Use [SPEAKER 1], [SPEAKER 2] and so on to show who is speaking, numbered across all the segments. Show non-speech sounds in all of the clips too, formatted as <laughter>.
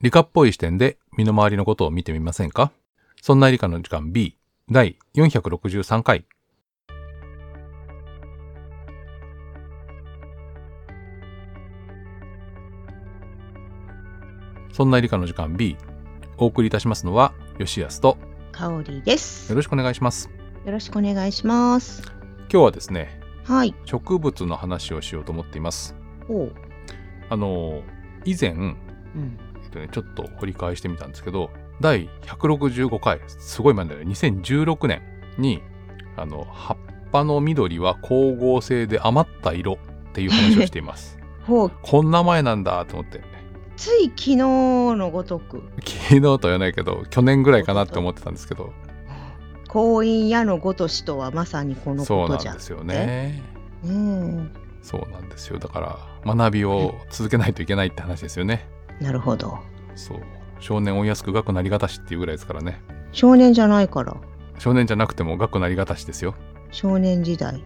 [SPEAKER 1] 理科っぽい視点で身の回りのことを見てみませんかそんな理科の時間 B 第463回そんな理科の時間 B お送りいたしますのは吉安と
[SPEAKER 2] 香りで
[SPEAKER 1] よ
[SPEAKER 2] す。
[SPEAKER 1] ろしくお願いします
[SPEAKER 2] よろしくお願いします。
[SPEAKER 1] 今日はですね
[SPEAKER 2] はい。
[SPEAKER 1] 植物の話をしようと思っています
[SPEAKER 2] おう。
[SPEAKER 1] あの以前
[SPEAKER 2] うん。
[SPEAKER 1] えっとね、ちょっと掘り返してみたんですけど第165回すごい前だよね2016年にあの葉っぱの緑は光合成で余った色っていう話をしています <laughs>
[SPEAKER 2] ほう。
[SPEAKER 1] こんな前なんだと思って
[SPEAKER 2] つい昨日のごとく、
[SPEAKER 1] 昨日とは言わないけど去年ぐらいかなって思ってたんですけど
[SPEAKER 2] 婚姻屋のごとしとはまさにこの
[SPEAKER 1] そ
[SPEAKER 2] こ
[SPEAKER 1] う
[SPEAKER 2] と
[SPEAKER 1] なん
[SPEAKER 2] じゃ
[SPEAKER 1] で。すよね
[SPEAKER 2] うん。
[SPEAKER 1] そうなんですよだから学びを続けないといけないって話ですよね
[SPEAKER 2] なるほど。
[SPEAKER 1] そう少年追いやすく学なりがたしっていうぐらいですからね
[SPEAKER 2] 少年じゃないから。
[SPEAKER 1] 少年じゃなくても学なりがたしですよ
[SPEAKER 2] 少年時代。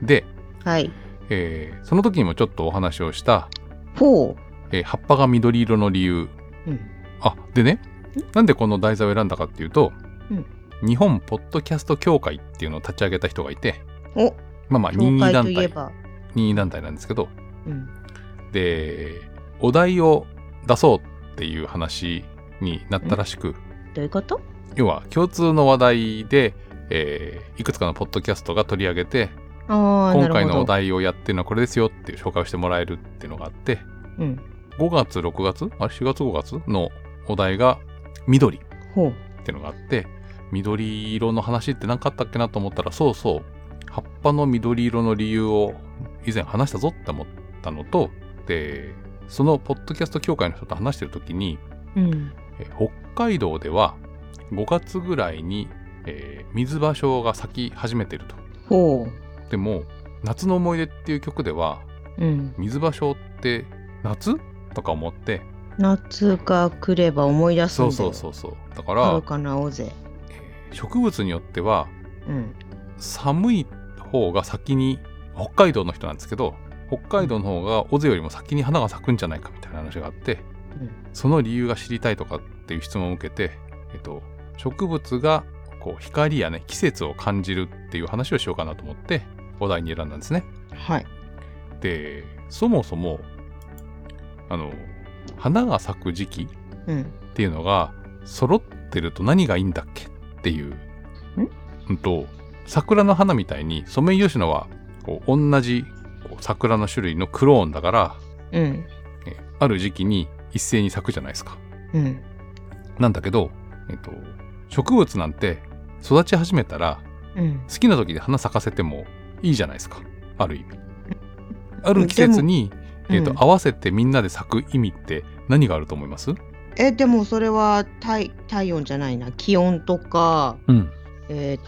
[SPEAKER 1] で
[SPEAKER 2] はい。
[SPEAKER 1] えーその時にもちょっとお話をした、
[SPEAKER 2] ほ
[SPEAKER 1] えー葉っぱが緑色の理由
[SPEAKER 2] う。うん。
[SPEAKER 1] あでねなんでこの題材を選んだかっていうと、
[SPEAKER 2] うん
[SPEAKER 1] 日本ポッドキャスト協会っていうのを立ち上げた人がいて
[SPEAKER 2] お。
[SPEAKER 1] まあまあ任意
[SPEAKER 2] 教会
[SPEAKER 1] 団
[SPEAKER 2] とい
[SPEAKER 1] 体
[SPEAKER 2] えば。
[SPEAKER 1] 任意団体なんですけど
[SPEAKER 2] うん。
[SPEAKER 1] でお題を出そうっていう話になったらしく、
[SPEAKER 2] どういうこと？
[SPEAKER 1] 要は共通の話題で、えーいくつかのポッドキャストが取り上げて
[SPEAKER 2] ああ、な
[SPEAKER 1] 今
[SPEAKER 2] るほど。
[SPEAKER 1] 回のお。題をやってるのはこれですよっていう紹介をしてもらえるっていうのがあって
[SPEAKER 2] うん。
[SPEAKER 1] 5月6月あれ4月5月のお題が緑っ
[SPEAKER 2] ほう。
[SPEAKER 1] ていうのがあって緑色の話って何かあったっけなと思ったらそうそう葉っぱの緑色の理由を以前話したぞって思ったのとでそのポッドキャスト協会の人と話してる時に
[SPEAKER 2] うん。
[SPEAKER 1] え北海道では5月ぐらいに、えー水芭蕉が咲き始めてると
[SPEAKER 2] ほ
[SPEAKER 1] でも「夏の思い出」っていう曲では
[SPEAKER 2] う。うん。
[SPEAKER 1] 水芭蕉って夏とか思って
[SPEAKER 2] 夏が来れば思い出すん
[SPEAKER 1] そ
[SPEAKER 2] だ
[SPEAKER 1] う
[SPEAKER 2] よ。
[SPEAKER 1] そうそうそうだか
[SPEAKER 2] は
[SPEAKER 1] ら
[SPEAKER 2] るかな大勢。
[SPEAKER 1] 植物によっては
[SPEAKER 2] うん。
[SPEAKER 1] 寒い方が先に北海道の人なんですけど北海道の方が尾瀬よりも先に花が咲くんじゃないかみたいな話があって
[SPEAKER 2] うん。
[SPEAKER 1] その理由が知りたいとかっていう質問を受けて、えっと、植物がこう光やね季節を感じるっていう話をしようかなと思ってお題に選んだんですね。
[SPEAKER 2] はい。
[SPEAKER 1] でそもそもあの花が咲く時期
[SPEAKER 2] うん。
[SPEAKER 1] っていうのが揃ってると何がいいんだっけっていう。うんと桜の花みたいにソメイヨシノはこう同じこう桜の種類のクローンだから
[SPEAKER 2] うん。
[SPEAKER 1] えある時期に一斉に咲くじゃないですか。
[SPEAKER 2] うん。
[SPEAKER 1] なんだけど、えっと、植物なんて育ち始めたら
[SPEAKER 2] うん。
[SPEAKER 1] 好きな時で花咲かせてもいいじゃないですかある意味。ある季節に、
[SPEAKER 2] でも
[SPEAKER 1] えっと
[SPEAKER 2] うん
[SPEAKER 1] 合わせてみんなで咲く意味って何があると思います、
[SPEAKER 2] え、でもそれは体体温じゃないな。気温とか、
[SPEAKER 1] うん
[SPEAKER 2] えー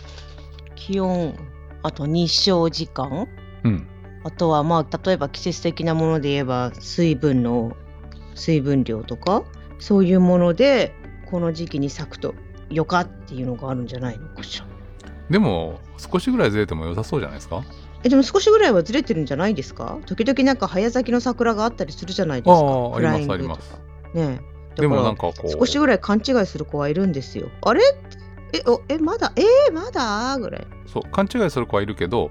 [SPEAKER 2] 気温、あと日照時間、
[SPEAKER 1] うん、
[SPEAKER 2] あとはまあ例えば季節的なもので言えば水分の水分量とか、そういうものでこの時期に咲くとよかっていうのがあるんじゃないのかしら。
[SPEAKER 1] でも少しぐらいずれても良さそうじゃないですか
[SPEAKER 2] えでも少しぐらいはずれてるんじゃないですか時々なんか早咲きの桜があったりするじゃないですか。
[SPEAKER 1] あああ
[SPEAKER 2] フ
[SPEAKER 1] り
[SPEAKER 2] ラ
[SPEAKER 1] ま
[SPEAKER 2] イン
[SPEAKER 1] す
[SPEAKER 2] グ
[SPEAKER 1] あります
[SPEAKER 2] とかねえ
[SPEAKER 1] でも
[SPEAKER 2] だ
[SPEAKER 1] な
[SPEAKER 2] か
[SPEAKER 1] ん
[SPEAKER 2] ら
[SPEAKER 1] かこう
[SPEAKER 2] 少しぐらい勘違いする子はいるんですよ。あれえおえまだえー、まだぐらい。
[SPEAKER 1] そう勘違いする子はいるけど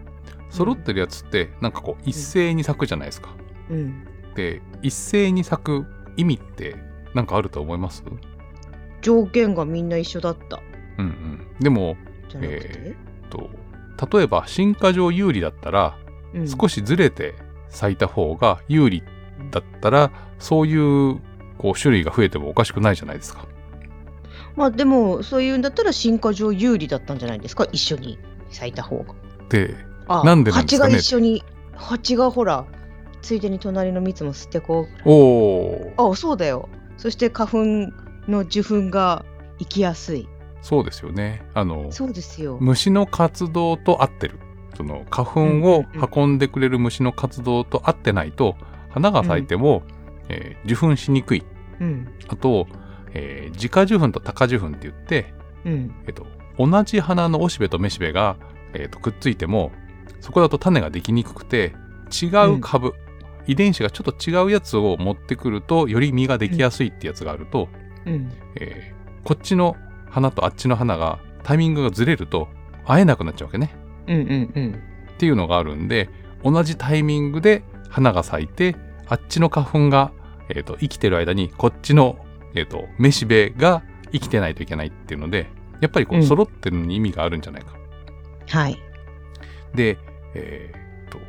[SPEAKER 1] 揃ってるやつってなんかこう一斉に咲くじゃないですか、
[SPEAKER 2] うん。
[SPEAKER 1] で一斉に咲く意味ってなんかあると思います
[SPEAKER 2] 条件がみんな一緒だった
[SPEAKER 1] うんうんでも、
[SPEAKER 2] じゃなくて、
[SPEAKER 1] えっと、例えば進化上有利だったら
[SPEAKER 2] うん
[SPEAKER 1] 少しずれて咲いた方が有利だったらそういうこう種類が増えてもおかしくないじゃないですか
[SPEAKER 2] まあでもそういうんだったら進化上有利だったんじゃないですか一緒に咲いた方が。
[SPEAKER 1] で
[SPEAKER 2] あ
[SPEAKER 1] なんでなんですかね
[SPEAKER 2] 蜂が一緒に蜂がほらついでに隣の蜜も吸ってこう。
[SPEAKER 1] おおー
[SPEAKER 2] あそうだよ。そして花粉の受粉が行きやすい。
[SPEAKER 1] そうですよねあの
[SPEAKER 2] そうですよ。
[SPEAKER 1] 虫の活動と合ってるその花粉を運んでくれる虫の活動と合ってないと花が咲いても、えー受粉しにくい
[SPEAKER 2] うん
[SPEAKER 1] あと、えー自家受粉と多家受粉って言って、
[SPEAKER 2] うん
[SPEAKER 1] えっと、同じ花のおしべとめしべが、えっとくっついてもそこだと種ができにくくて違う株、遺伝子がちょっと違うやつを持ってくるとより実ができやすいってやつがあると、
[SPEAKER 2] うん。
[SPEAKER 1] えーこっちの花とあっちの花がタイミングがずれると会えなくなっちゃうわけね
[SPEAKER 2] うんうんうん。
[SPEAKER 1] っていうのがあるんで同じタイミングで花が咲いてあっちの花粉が、えーと生きてる間にこっちの、えーとめしべが生きてないといけないっていうのでやっぱりこ
[SPEAKER 2] う
[SPEAKER 1] うん揃ってるのに意味があるんじゃないか。
[SPEAKER 2] はい。
[SPEAKER 1] で、えーと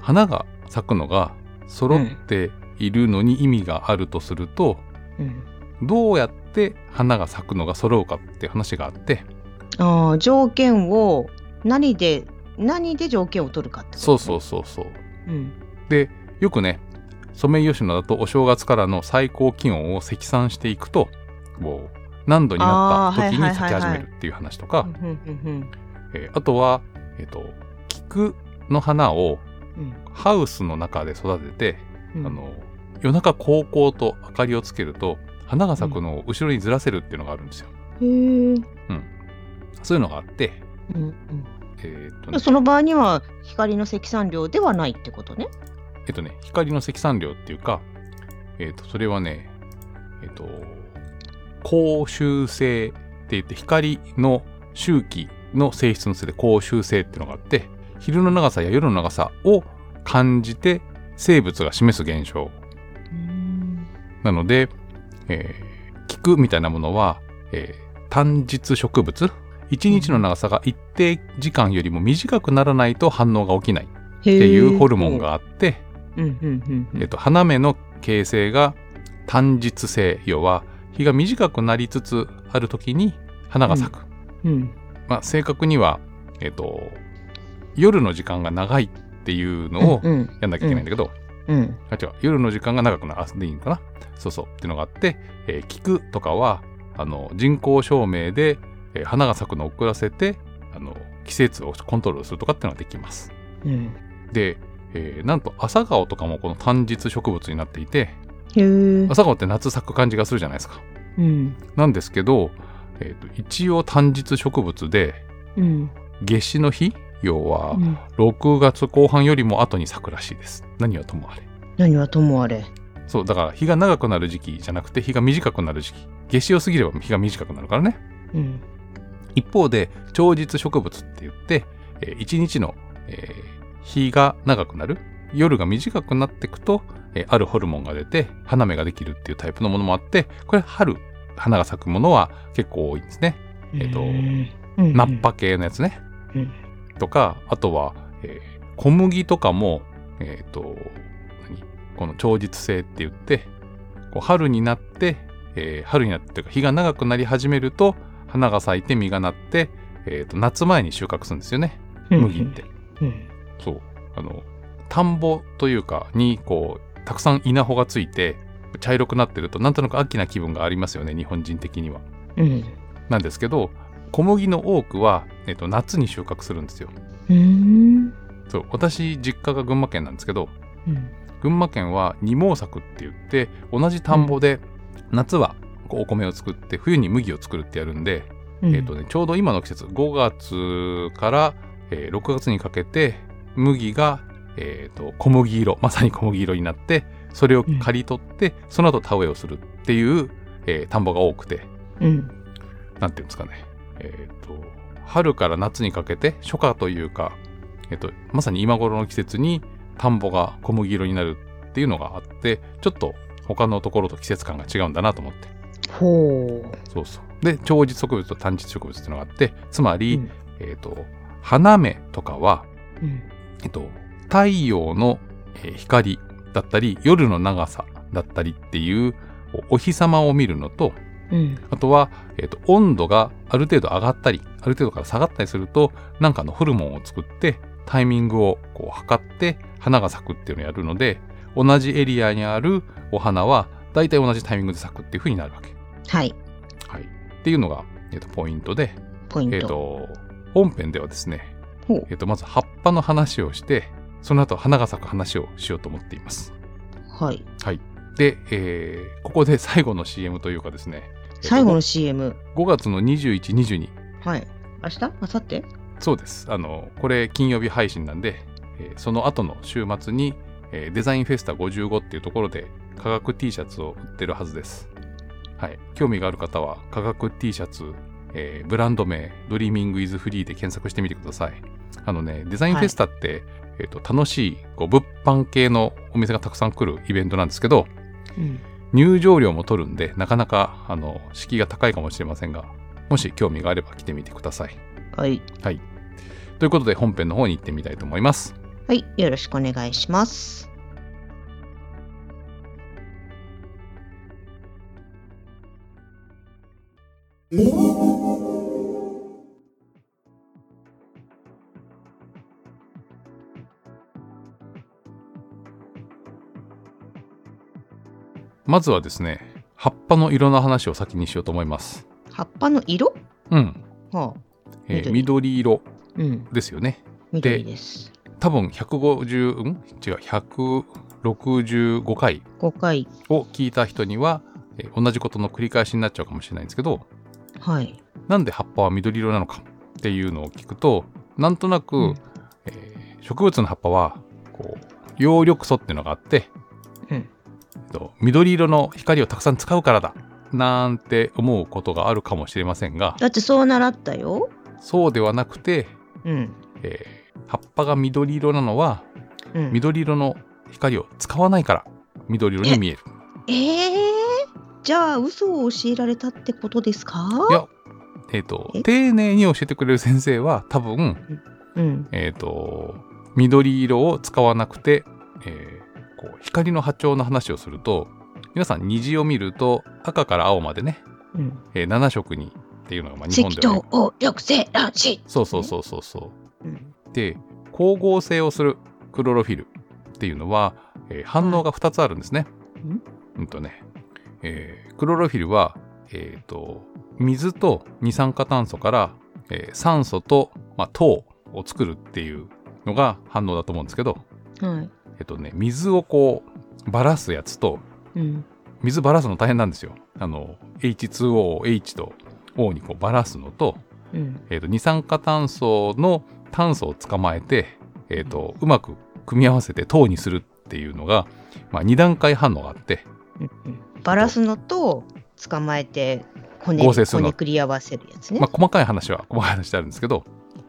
[SPEAKER 1] 花が咲くのが揃っているのに意味があるとすると、
[SPEAKER 2] うん。
[SPEAKER 1] どうやって花が咲くのが揃うかって話があって
[SPEAKER 2] ああ、条件を何で何で条件を取るかってこと、ね。。
[SPEAKER 1] そうそううそうそう
[SPEAKER 2] うん。
[SPEAKER 1] よくねソメイヨシノだとお正月からの最高気温を積算していくとこう何度になった時に
[SPEAKER 2] あーはいはい
[SPEAKER 1] 咲
[SPEAKER 2] はい
[SPEAKER 1] き
[SPEAKER 2] はい
[SPEAKER 1] 始めるっていう話と
[SPEAKER 2] う
[SPEAKER 1] か
[SPEAKER 2] んうん
[SPEAKER 1] えーあとは、えー、と菊の花を
[SPEAKER 2] うん
[SPEAKER 1] ハウスの中で育てて、
[SPEAKER 2] うん。
[SPEAKER 1] あの夜中高校と明かりをつけると花が咲くのを後ろにずらせるっていうのがあるんですよ。
[SPEAKER 2] へえ。
[SPEAKER 1] そういうのがあって、
[SPEAKER 2] うん
[SPEAKER 1] えーっと
[SPEAKER 2] う
[SPEAKER 1] ね
[SPEAKER 2] ん。その場合には光の積算量ではないってことね。
[SPEAKER 1] えっとね、光の積算量っていうか、えっと、それはね、えっと、光周性って言って、光の周期の性質のせいで光周性っていうのがあって、昼の長さや夜の長さを感じて生物が示す現象。
[SPEAKER 2] うん。
[SPEAKER 1] なので、えー菊みたいなものは、えー単日植物。一日の長さが一定時間よりも短くならないと反応が起きないっ
[SPEAKER 2] って
[SPEAKER 1] ていうホルモン。があって、
[SPEAKER 2] うんうんうん。
[SPEAKER 1] えっと、花芽の形成が単日性要は日が短くなりつつある時に花が咲く、
[SPEAKER 2] うん。
[SPEAKER 1] まあ、正確には、えっと、夜の時間が長いっていうのを
[SPEAKER 2] うん
[SPEAKER 1] やんなきゃいけないんだけど、
[SPEAKER 2] うん
[SPEAKER 1] あ違う夜の時間が長くなるあでいいのかなそうそうっていうのがあって、えー菊とかはあの人工証明で、えー花が咲くのを遅らせてあの季節をコントロールするとかっていうのができます。
[SPEAKER 2] うん。
[SPEAKER 1] で、えーなんと朝顔とかもこの単日植物になっていて、
[SPEAKER 2] へえ。
[SPEAKER 1] 朝顔って夏咲く感じがするじゃないですか。
[SPEAKER 2] うん
[SPEAKER 1] なんですけど、えーと一応単日植物で
[SPEAKER 2] うん。
[SPEAKER 1] 夏至の日要は
[SPEAKER 2] うん
[SPEAKER 1] 6月後半よりも後に咲くらしいです。何はともあれ。
[SPEAKER 2] 何はともあれ。
[SPEAKER 1] そうだから日が長くなる時期じゃなくて日が短くなる時期夏至を過ぎれば日が短くなるからね。
[SPEAKER 2] うん。
[SPEAKER 1] 一方で長日植物って言って、え1日の、えー日が長くなる夜が短くなっていくと、えーあるホルモンが出て花芽ができるっていうタイプのものもあってこれ春花が咲くものは結構多いんですね。えっと
[SPEAKER 2] うん
[SPEAKER 1] ナッパ系のやつね。
[SPEAKER 2] うん
[SPEAKER 1] とかあとは、えー小麦とかもえっ、と何この長日性って言ってこう春になって、えー春になってというか日が長くなり始めると花が咲いて実がなって、えー、と夏前に収穫するんですよね麦って。。
[SPEAKER 2] うん
[SPEAKER 1] そうあの田んぼというかにこうたくさん稲穂がついて茶色くなってるとなんとなく秋な気分がありますよね日本人的には。
[SPEAKER 2] うん
[SPEAKER 1] なんですけど小麦の多くは、えっと夏に収穫するんですよ。
[SPEAKER 2] うん
[SPEAKER 1] そう私実家が群馬県なんですけど
[SPEAKER 2] うん
[SPEAKER 1] 群馬県は二毛作って言って同じ田んぼで夏はこうお米を作って冬に麦を作るってやるんで、
[SPEAKER 2] うん
[SPEAKER 1] えーとね、ちょうど今の季節5月から、えー6月にかけて麦が、えーと小麦色まさに小麦色になってそれを刈り取って、その後田植えをするっていう、えー田んぼが多くて
[SPEAKER 2] うん
[SPEAKER 1] なんていうんですかね、えー、と春から夏にかけて初夏というか、えー、とまさに今頃の季節に田んぼが小麦色になるっていうのがあってちょっと他のところと季節感が違うんだなと思って
[SPEAKER 2] ほ
[SPEAKER 1] そうそうで長日植物と短日植物っていうのがあってつま
[SPEAKER 2] う。
[SPEAKER 1] り、えー、と花芽とかは、
[SPEAKER 2] うん
[SPEAKER 1] えー、と太陽のえー光だったり夜の長さだったりっていうおお日様を見るのと
[SPEAKER 2] うん
[SPEAKER 1] あとは、えーと温度がある程度上がったりある程度から下がったりするとなんかのホルモンを作ってタイミングをこう測って花が咲くっていうのをやるので同じエリアにあるお花は大体同じタイミングで咲くっていう風になるわけ。
[SPEAKER 2] はい
[SPEAKER 1] はい、っていうのが、えーとポイントで、
[SPEAKER 2] ポイ
[SPEAKER 1] え
[SPEAKER 2] ン
[SPEAKER 1] ー、
[SPEAKER 2] ト。
[SPEAKER 1] と本編ではですね、
[SPEAKER 2] ほう
[SPEAKER 1] えー、とまず葉っぱの話をしてその後花が咲く話をしようと思っています。
[SPEAKER 2] はい。
[SPEAKER 1] で、えーここで最後の CM というかですね、えーと
[SPEAKER 2] 最後の CM。
[SPEAKER 1] 5月の21、22
[SPEAKER 2] はい。明日明後日
[SPEAKER 1] そうです。あの、これ金曜日配信なんで、えーその後の週末に、えーデザインフェスタ55っていうところで科学 T シャツを売ってるはずです。はい。興味がある方は科学 T シャツ、えーブランド名ドリーミングイズフリーで検索してみてください。あのね、デザインフェスタって、えっ、と、楽しい、こう、物販系のお店がたくさん来るイベントなんですけど、
[SPEAKER 2] うん
[SPEAKER 1] 入場料も取るんで、なかなか、あの、敷居が高いかもしれませんが、もし興味があれば来てみてください。
[SPEAKER 2] はい、
[SPEAKER 1] ということで、本編の方に行ってみたいと思います。
[SPEAKER 2] はい、よろしくお願いします。
[SPEAKER 1] まずはですね、葉っぱの色の話を先にしようと思います。
[SPEAKER 2] 葉っぱの色？
[SPEAKER 1] うん。
[SPEAKER 2] はあ、
[SPEAKER 1] えー
[SPEAKER 2] 緑
[SPEAKER 1] 緑色
[SPEAKER 2] うん、
[SPEAKER 1] ですよね。
[SPEAKER 2] 緑です。
[SPEAKER 1] 多分150、ん違う、165回
[SPEAKER 2] 5回、
[SPEAKER 1] を聞いた人には、えー同じことの繰り返しになっちゃうかもしれないんですけど、
[SPEAKER 2] はい、
[SPEAKER 1] なんで葉っぱは緑色なのかっていうのを聞くとなんとなく、
[SPEAKER 2] うん
[SPEAKER 1] えー植物の葉っぱはこう葉緑素っていうのがあって、
[SPEAKER 2] うん
[SPEAKER 1] えっと緑色の光をたくさん使うからだなんて思うことがあるかもしれませんが
[SPEAKER 2] だってそう習ったよ。
[SPEAKER 1] そうではなくて、
[SPEAKER 2] うん、
[SPEAKER 1] えー葉っぱが緑色なのは
[SPEAKER 2] うん、
[SPEAKER 1] 緑色の光を使わないから緑色に見える。
[SPEAKER 2] ええー、じゃあ嘘を教えられたってことですか？
[SPEAKER 1] いやえっと
[SPEAKER 2] え
[SPEAKER 1] 丁寧に教えてくれる先生は多分
[SPEAKER 2] うん、
[SPEAKER 1] えっ、と、緑色を使わなくて、えーこう光の波長の話をすると、皆さん虹を見ると赤から青までね、
[SPEAKER 2] うん。
[SPEAKER 1] え7色にっていうのがまあ日
[SPEAKER 2] 赤
[SPEAKER 1] 本では、
[SPEAKER 2] 道
[SPEAKER 1] ね、
[SPEAKER 2] を抑制乱視。
[SPEAKER 1] そうそうそうそうそう。
[SPEAKER 2] うん、
[SPEAKER 1] で光合成をするクロロフィルっていうのは、えー反応が2つあるんですね。
[SPEAKER 2] うん
[SPEAKER 1] うんとね、えークロロフィルは、えーと水と二酸化炭素から、えー酸素と、まあ、糖を作るっていうのが反応だと思うんですけど、
[SPEAKER 2] はい、
[SPEAKER 1] えっとね、水をこうばらすやつと
[SPEAKER 2] うん、
[SPEAKER 1] 水ばらすの大変なんですよ。あの H2O を H と O にこうばらすのと,、
[SPEAKER 2] うん、
[SPEAKER 1] えっと二酸化炭素の炭素を捕まえて、えっとうまく組み合わせて糖にするっていうのが、まあ、2段階反応があって
[SPEAKER 2] うんうん。バラすのと捕まえてこね
[SPEAKER 1] 合成す
[SPEAKER 2] こ
[SPEAKER 1] るの
[SPEAKER 2] ねくり合わせるやつね。
[SPEAKER 1] まあ、細かい話は細かい話であるんですけど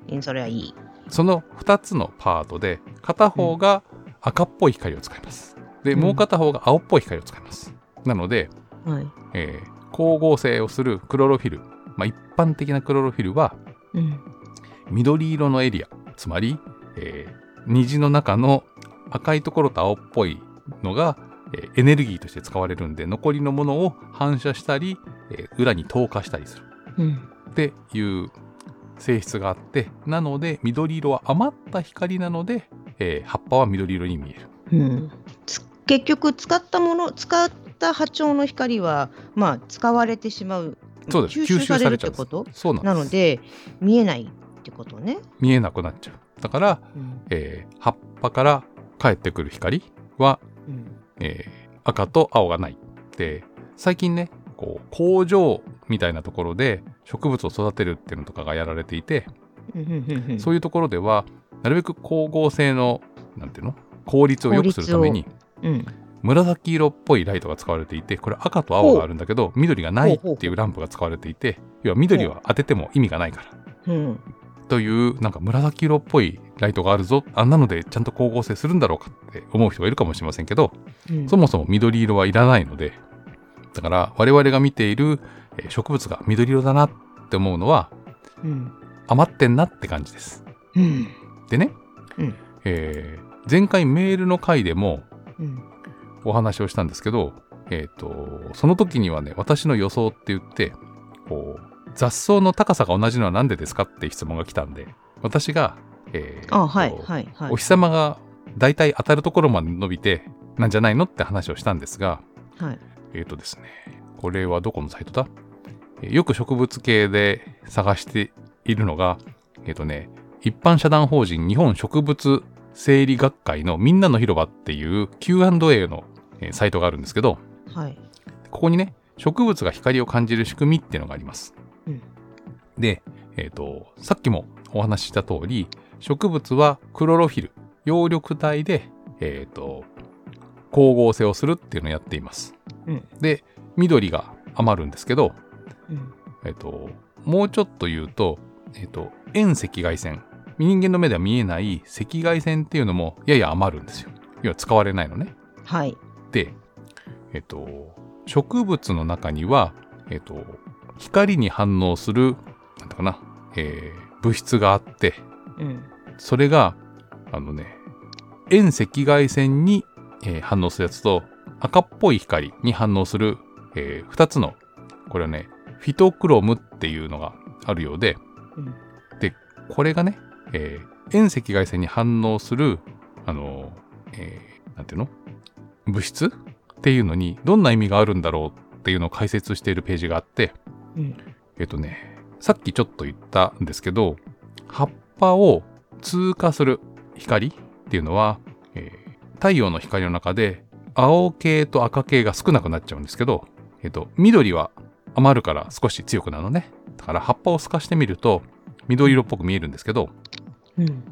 [SPEAKER 2] うんそれはいい。
[SPEAKER 1] その2つのパートで片方が赤っぽい光を使います。で
[SPEAKER 2] うん
[SPEAKER 1] もう片方が青っぽい光を使います。なので、
[SPEAKER 2] はい。
[SPEAKER 1] えー光合成をするクロロフィル、まあ、一般的なクロロフィルは
[SPEAKER 2] うん。
[SPEAKER 1] 緑色のエリアつまり、えー虹の中の赤いところと青っぽいのが、えーエネルギーとして使われるんで残りのものを反射したり、えー裏に透過したりする
[SPEAKER 2] うん。
[SPEAKER 1] っていう性質があってなので緑色は余った光なので、えー葉っぱは緑色に見える
[SPEAKER 2] うん、つ結局使ったもの使った波長の光はまあ使われてしまう
[SPEAKER 1] そうです
[SPEAKER 2] 吸収される
[SPEAKER 1] 吸収され
[SPEAKER 2] って
[SPEAKER 1] ちゃ
[SPEAKER 2] こ
[SPEAKER 1] う
[SPEAKER 2] と
[SPEAKER 1] そうなんです
[SPEAKER 2] なので見えないってことね、
[SPEAKER 1] 見えなくなっちゃうだから、
[SPEAKER 2] うん
[SPEAKER 1] えー葉っぱから返ってくる光は
[SPEAKER 2] うん
[SPEAKER 1] えー赤と青がない。で最近ねこう工場みたいなところで植物を育てるっていうのとかがやられていて、
[SPEAKER 2] うんうんうん、
[SPEAKER 1] そういうところではなるべく光合成のなんていうの効率を良くするために
[SPEAKER 2] うん
[SPEAKER 1] 紫色っぽいライトが使われていてこれ赤と青があるんだけど緑がないっていうランプが使われていて要は緑は当てても意味がないから
[SPEAKER 2] うん
[SPEAKER 1] というなんか紫色っぽいライトがあるぞあんなのでちゃんと光合成するんだろうかって思う人がいるかもしれませんけど
[SPEAKER 2] うん
[SPEAKER 1] そもそも緑色はいらないので、だから我々が見ているえー植物が緑色だなって思うのは
[SPEAKER 2] うん
[SPEAKER 1] 余ってんなって感じです。
[SPEAKER 2] うん
[SPEAKER 1] でね、
[SPEAKER 2] うん
[SPEAKER 1] えー前回メールの回でも
[SPEAKER 2] うん
[SPEAKER 1] お話をしたんですけど、えーとその時にはね私の予想って言ってこう雑草の高さが同じのは何でですかって質問が来たんで私が、えー
[SPEAKER 2] あはい
[SPEAKER 1] と
[SPEAKER 2] はいはい
[SPEAKER 1] お日様がだいたい当たるところまで伸びてなんじゃないのって話をしたんですが、
[SPEAKER 2] はい
[SPEAKER 1] えーとですね、これはどこのサイトだえーよく植物系で探しているのが、えっ、とね、一般社団法人日本植物整理学会のみんなの広場っていう Q&A のえーサイトがあるんですけど、
[SPEAKER 2] はい
[SPEAKER 1] ここにね、植物が光を感じる仕組みっていうのがあります。
[SPEAKER 2] うん
[SPEAKER 1] で、えっ、と、さっきもお話しした通り、植物はクロロフィル、葉緑体でえー、と光合成をするっていうのをやっています。
[SPEAKER 2] うん
[SPEAKER 1] で緑が余るんですけど、
[SPEAKER 2] うん
[SPEAKER 1] えー、ともうちょっと言うと,、えー、と遠赤外線人間の目では見えない赤外線っていうのもやや余るんですよ。要は使われないのね。
[SPEAKER 2] はい。
[SPEAKER 1] で、えっと、植物の中には、えっと、光に反応する、なんだかな、えー物質があって、
[SPEAKER 2] うん。
[SPEAKER 1] それが、あのね、遠赤外線に、えー反応するやつと、赤っぽい光に反応する、え2つの、これはね、フィトクロムっていうのがあるようで、
[SPEAKER 2] うん。
[SPEAKER 1] これがね、えー遠赤外線に反応する、あのー、えーなんていうの物質っていうのに、どんな意味があるんだろうっていうのを解説しているページがあって、
[SPEAKER 2] うん。
[SPEAKER 1] えっ、とね、さっきちょっと言ったんですけど、葉っぱを通過する光っていうのは、えー太陽の光の中で青系と赤系が少なくなっちゃうんですけど、えっ、と、緑は余るから少し強くなるのね。だから葉っぱを透かしてみると、緑色っぽく見えるんですけど、
[SPEAKER 2] うん。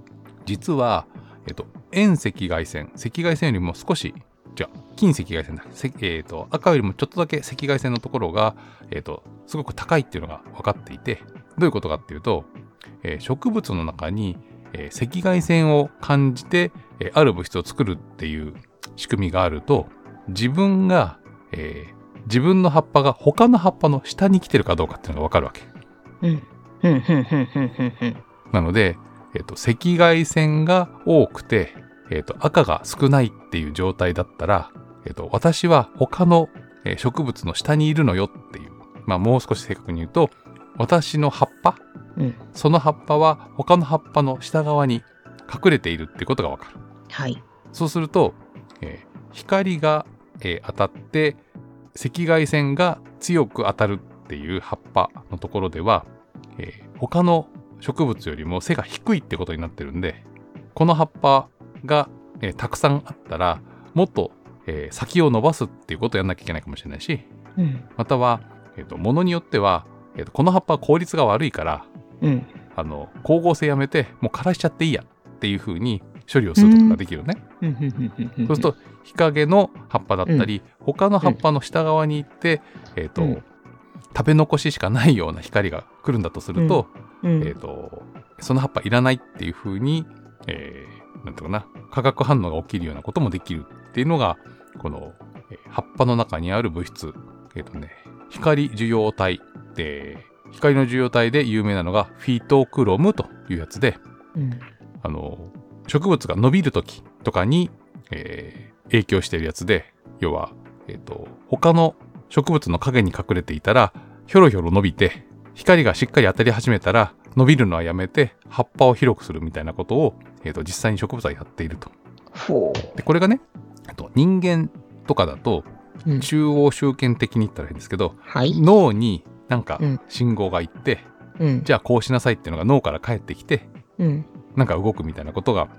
[SPEAKER 1] 実は、えっと、遠赤外線赤外線よりも少しじゃ近赤外線だ、せえっと赤よりもちょっとだけ赤外線のところが、えっとすごく高いっていうのが分かっていてどういうことかっていうと、えー植物の中に、えー赤外線を感じて、えーある物質を作るっていう仕組みがあると自分が、えー自分の葉っぱが他の葉っぱの下に来てるかどうかっていうのが分かるわけ。
[SPEAKER 2] うん。うん。うん。うん。うん。うん。
[SPEAKER 1] なので、えっと赤外線が多くて、えっと赤が少ないっていう状態だったら、えっと私は他の、えー植物の下にいるのよっていう、まあ、もう少し正確に言うと私の葉っぱ
[SPEAKER 2] うん。
[SPEAKER 1] その葉っぱは他の葉っぱの下側に隠れているっていうことがわかる。
[SPEAKER 2] はい。
[SPEAKER 1] そうすると、えー光が、えー当たって赤外線が強く当たるっていう葉っぱのところでは、えー他の植物よりも背が低いってことになってるんでこの葉っぱが、えーたくさんあったらもっと、えー先を伸ばすっていうことをやんなきゃいけないかもしれないし
[SPEAKER 2] うん。
[SPEAKER 1] または、えー、と物によっては、えーとこの葉っぱは効率が悪いから
[SPEAKER 2] うん。
[SPEAKER 1] あの光合成やめてもう枯らしちゃっていいやっていう風に処理をすることができるね。
[SPEAKER 2] うん。うん。うん。
[SPEAKER 1] そうすると日陰の葉っぱだったり、他の葉っぱの下側に行って、えっ、と、
[SPEAKER 2] うん
[SPEAKER 1] 食べ残ししかないような光が来るんだとすると、
[SPEAKER 2] うん。
[SPEAKER 1] えっ、とその葉っぱいらないっていう風に、えー、なんていうのかな化学反応が起きるようなこともできるっていうのがこの、えー葉っぱの中にある物質えっ、とね光受容体で光の受容体で有名なのがフィトクロムというやつで、
[SPEAKER 2] うん。
[SPEAKER 1] あの植物が伸びる時とかに、えー影響しているやつで要は、えー、と他の植物の影に隠れていたらひょろひょろ伸びて光がしっかり当たり始めたら伸びるのはやめて葉っぱを広くするみたいなことを、えー、と実際に植物はやっていると。
[SPEAKER 2] ほ
[SPEAKER 1] でこれがねえっと人間とかだと
[SPEAKER 2] う。うん。
[SPEAKER 1] 中央集権的に言ったらいいんですけど
[SPEAKER 2] はい。
[SPEAKER 1] 脳になんか
[SPEAKER 2] うん
[SPEAKER 1] 信号がいって、
[SPEAKER 2] うん。
[SPEAKER 1] じゃあこうしなさいっていうのが脳から返ってきて
[SPEAKER 2] うん。
[SPEAKER 1] なんか動くみたいなことが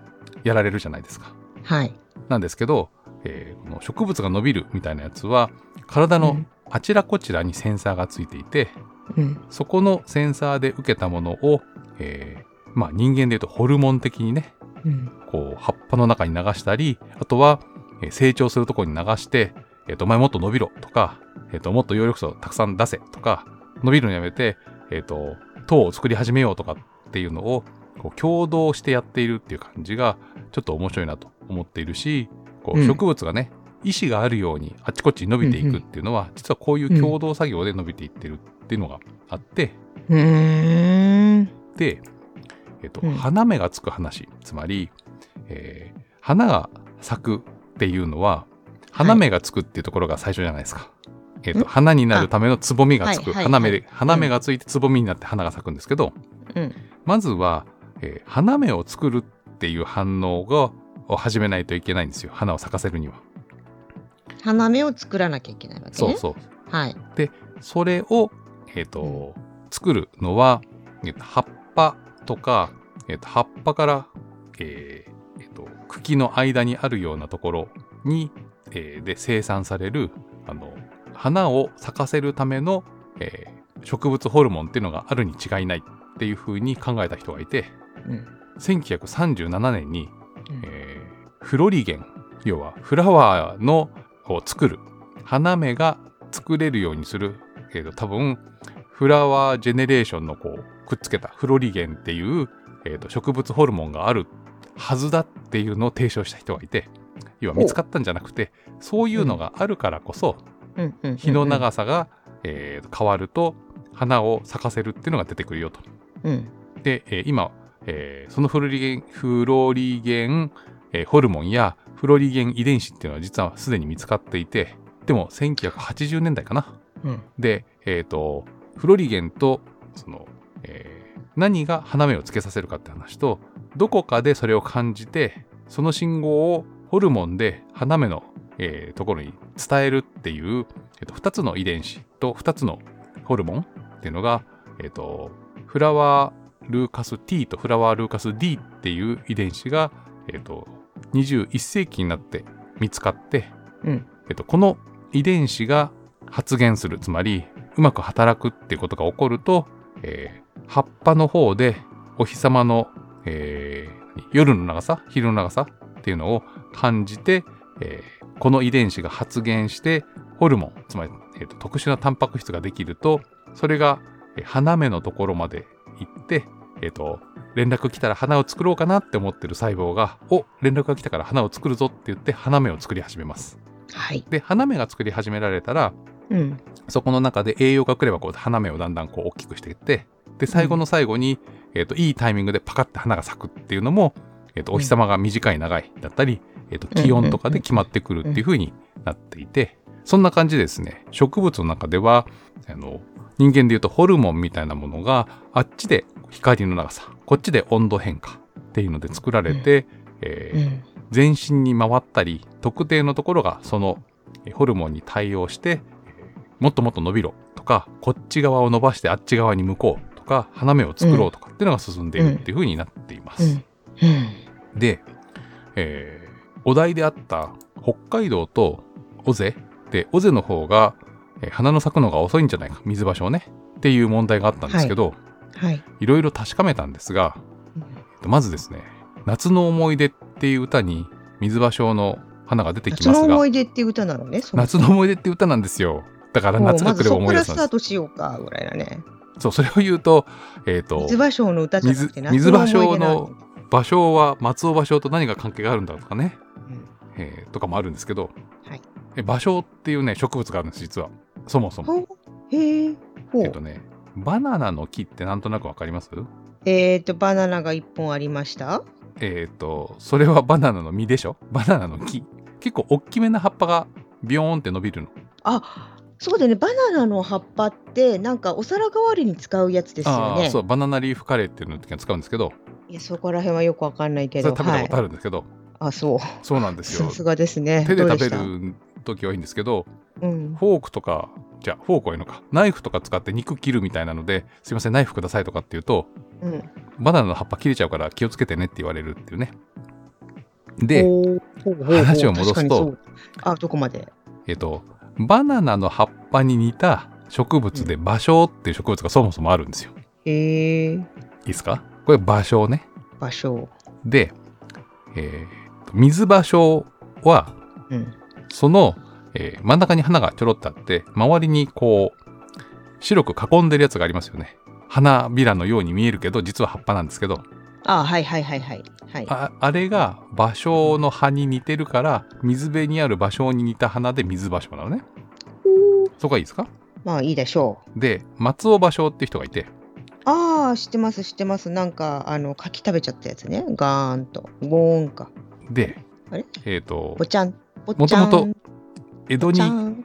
[SPEAKER 1] やられるじゃないですか。
[SPEAKER 2] はい。
[SPEAKER 1] なんですけど、えーこの植物が伸びるみたいなやつは体
[SPEAKER 2] う
[SPEAKER 1] の
[SPEAKER 2] ん
[SPEAKER 1] あちらこちらにセンサーがついていて
[SPEAKER 2] うん。
[SPEAKER 1] そこのセンサーで受けたものを、えーまあ、人間でいうとホルモン的にね
[SPEAKER 2] うん。
[SPEAKER 1] こう葉っぱの中に流したりあとは、えー成長するところに流して、えーと「お前もっと伸びろ」とか、えーと「もっと葉緑素をたくさん出せ」とか伸びるのやめて、えーと糖を作り始めようとかっていうのをこう共同してやっているっていう感じがちょっと面白いなと思っているしこ
[SPEAKER 2] う
[SPEAKER 1] うん植物がね、意志があるようにあちこちに伸びていくっていうのは、実はこういう共同作業で伸びていってるっていうのがあって、
[SPEAKER 2] うーん。
[SPEAKER 1] で、えっと
[SPEAKER 2] うん
[SPEAKER 1] 花芽がつく話つまり、えー花が咲くっていうのは花芽がつくっていうところが最初じゃないですか。えっと
[SPEAKER 2] ん
[SPEAKER 1] 花になるためのつぼみがつ
[SPEAKER 2] は
[SPEAKER 1] く
[SPEAKER 2] いはい
[SPEAKER 1] 花芽で花芽がついてつぼみになって花が咲くんですけど、
[SPEAKER 2] うん。
[SPEAKER 1] まずは、えー花芽を作るっていう反応がを始めないといけないんですよ花を咲かせるには。
[SPEAKER 2] 花芽を作らなきゃいけないわけね。
[SPEAKER 1] そうそう
[SPEAKER 2] はい。
[SPEAKER 1] それを、えーと作るのは、えーと葉っぱとか、えーと葉っぱから、えーえーと茎の間にあるようなところに、えーで生産されるあの花を咲かせるための、えー植物ホルモンっていうのがあるに違いないっていうふうに考えた人がいて
[SPEAKER 2] うん。
[SPEAKER 1] 1937年に、
[SPEAKER 2] うん
[SPEAKER 1] えーフロリゲン要はフラワーのを作る花芽が作れるようにする、えーと多分フラワージェネレーションのこうくっつけたフロリゲンっていう、えーと植物ホルモンがあるはずだっていうのを提唱した人がいて要は見つかったんじゃなくてそういうのがあるからこそ
[SPEAKER 2] うんうんうん
[SPEAKER 1] 日の長さが、えー変わると花を咲かせるっていうのが出てくるよと。
[SPEAKER 2] うん
[SPEAKER 1] で、えー今、えーそのフロリゲンフロリゲン、えーホルモンやフロリゲン遺伝子っていうのは実はすでに見つかっていてでも1980年代かな
[SPEAKER 2] うん
[SPEAKER 1] で、えー、とフロリゲンとその、えー何が花芽をつけさせるかって話とどこかでそれを感じてその信号をホルモンで花芽の、えーところに伝えるっていう、えー、と2つの遺伝子と2つのホルモンっていうのが、えー、とフラワールーカス T とフラワールーカス D っていう遺伝子が、えー、と21世紀になって見つかって、
[SPEAKER 2] うん
[SPEAKER 1] えっと、この遺伝子が発現するつまりうまく働くっていうことが起こると、えー葉っぱの方でお日様の、えー夜の長さ昼の長さっていうのを感じて、えーこの遺伝子が発現してホルモンつまり、えーと特殊なタンパク質ができるとそれがえー花芽のところまで行って、えーと連絡来たら花を作ろうかなって思ってる細胞が「お連絡が来たから花を作るぞ」って言って花芽を作り始めます。
[SPEAKER 2] はい
[SPEAKER 1] で花芽が作り始められたら
[SPEAKER 2] うん
[SPEAKER 1] そこの中で栄養が来ればこう花芽をだんだんこう大きくしていってで最後の最後に、えー、といいタイミングでパカッて花が咲くっていうのも、えー、とお日様が短い長いだったり、えー、と気温とかで決まってくるっていう風になっていてそんな感じですね植物の中ではあの人間でいうとホルモンみたいなものがあっちで光の長さこっちで温度変化っていうので作られて、えー
[SPEAKER 2] うん
[SPEAKER 1] 全身に回ったり特定のところがそのえーホルモンに対応してえーもっともっと伸びろとかこっち側を伸ばしてあっち側に向こうとか花芽を作ろうとかっていうのが進んでいるっていう風になっていま
[SPEAKER 2] う
[SPEAKER 1] す。
[SPEAKER 2] んうん
[SPEAKER 1] で、えーお題であった北海道と尾瀬で尾瀬の方が、えー花の咲くのが遅いんじゃないか水場所をねっていう問題があったんですけど、
[SPEAKER 2] はい
[SPEAKER 1] いろいろ確かめたんですがまずですね「夏の思い出」っていう歌に水場賞の花が出てき
[SPEAKER 2] 夏
[SPEAKER 1] ま
[SPEAKER 2] の
[SPEAKER 1] すが
[SPEAKER 2] 思い出っていう歌なのねそも
[SPEAKER 1] 夏の思い出っていう歌なんですよだから
[SPEAKER 2] もう
[SPEAKER 1] 夏が来れば思い出
[SPEAKER 2] まずそ
[SPEAKER 1] す
[SPEAKER 2] こ
[SPEAKER 1] ん
[SPEAKER 2] か
[SPEAKER 1] で
[SPEAKER 2] らスタ
[SPEAKER 1] す
[SPEAKER 2] ートしようかぐらいだね
[SPEAKER 1] そうそれを言うとえっ、と
[SPEAKER 2] 水場賞の歌じゃなくて
[SPEAKER 1] 水水場所
[SPEAKER 2] 夏の
[SPEAKER 1] の
[SPEAKER 2] 思い
[SPEAKER 1] 場所は松尾芭蕉と何が関係があるんだとかね、
[SPEAKER 2] 出なんだ
[SPEAKER 1] えーとかもあるんですけど、
[SPEAKER 2] はい
[SPEAKER 1] え芭蕉っていうね植物があるんです実はそもそも
[SPEAKER 2] うんほうへえほ
[SPEAKER 1] えっ、と
[SPEAKER 2] う
[SPEAKER 1] ねバナナの木ってなんとなくわかります
[SPEAKER 2] えっとバナナが一本ありました
[SPEAKER 1] えっ、と、それはバナナの実でしょバナナの木。結構大きめな葉っぱがビヨーンって伸びるの。
[SPEAKER 2] あそうだよねバナナの葉っぱってなんかお皿代わりに使うやつですよ
[SPEAKER 1] ああー、
[SPEAKER 2] ね
[SPEAKER 1] そう、バナナリーフカレーっていうの時は使うんですけど、
[SPEAKER 2] いやそこら辺はよくわかんない
[SPEAKER 1] そ
[SPEAKER 2] け
[SPEAKER 1] れ
[SPEAKER 2] ど
[SPEAKER 1] 食べた
[SPEAKER 2] は
[SPEAKER 1] こ
[SPEAKER 2] い
[SPEAKER 1] とあるんですけど、
[SPEAKER 2] あそう
[SPEAKER 1] そうなんですよ
[SPEAKER 2] さ。すがですね
[SPEAKER 1] 手で
[SPEAKER 2] どう
[SPEAKER 1] 食べ
[SPEAKER 2] した
[SPEAKER 1] る時はいいんですけど、
[SPEAKER 2] うん
[SPEAKER 1] フォークとか、じゃあフォークはいいのか、ナイフとか使って肉切るみたいなので、すいません、ナイフくださいとかって言うと、
[SPEAKER 2] うん
[SPEAKER 1] バナナの葉っぱ切れちゃうから気をつけてねって言われるっていうね。で、
[SPEAKER 2] ほうほうほうほう
[SPEAKER 1] 話を戻すと
[SPEAKER 2] 確かにそうあどこまで
[SPEAKER 1] えっと、バナナの葉っぱに似た植物で芭蕉っていう植物がそもそもあるんですよ。
[SPEAKER 2] へえ
[SPEAKER 1] いいですかこれ芭蕉ね。
[SPEAKER 2] 場所
[SPEAKER 1] で、えーと水芭蕉は
[SPEAKER 2] うん
[SPEAKER 1] その、えー真ん中に花がちょろっとあって周りにこう白く囲んでるやつがありますよね。花びらのように見えるけど実は葉っぱなんですけど
[SPEAKER 2] あはいはいはいはいはい
[SPEAKER 1] ああれが芭蕉の葉に似てるから水辺にある芭蕉に似た花で水芭蕉なのね。
[SPEAKER 2] ほう
[SPEAKER 1] そこはいいですか
[SPEAKER 2] まあいいでしょう
[SPEAKER 1] で松尾芭蕉って人がいて
[SPEAKER 2] ああ知ってます知ってますなんかあの柿食べちゃったやつねガーンとゴーンか
[SPEAKER 1] で
[SPEAKER 2] あれ
[SPEAKER 1] えっ、と
[SPEAKER 2] ぼちゃんぼ
[SPEAKER 1] も
[SPEAKER 2] ち
[SPEAKER 1] と
[SPEAKER 2] ゃ
[SPEAKER 1] も
[SPEAKER 2] ん
[SPEAKER 1] と江戸
[SPEAKER 2] ぼ
[SPEAKER 1] に
[SPEAKER 2] ちゃん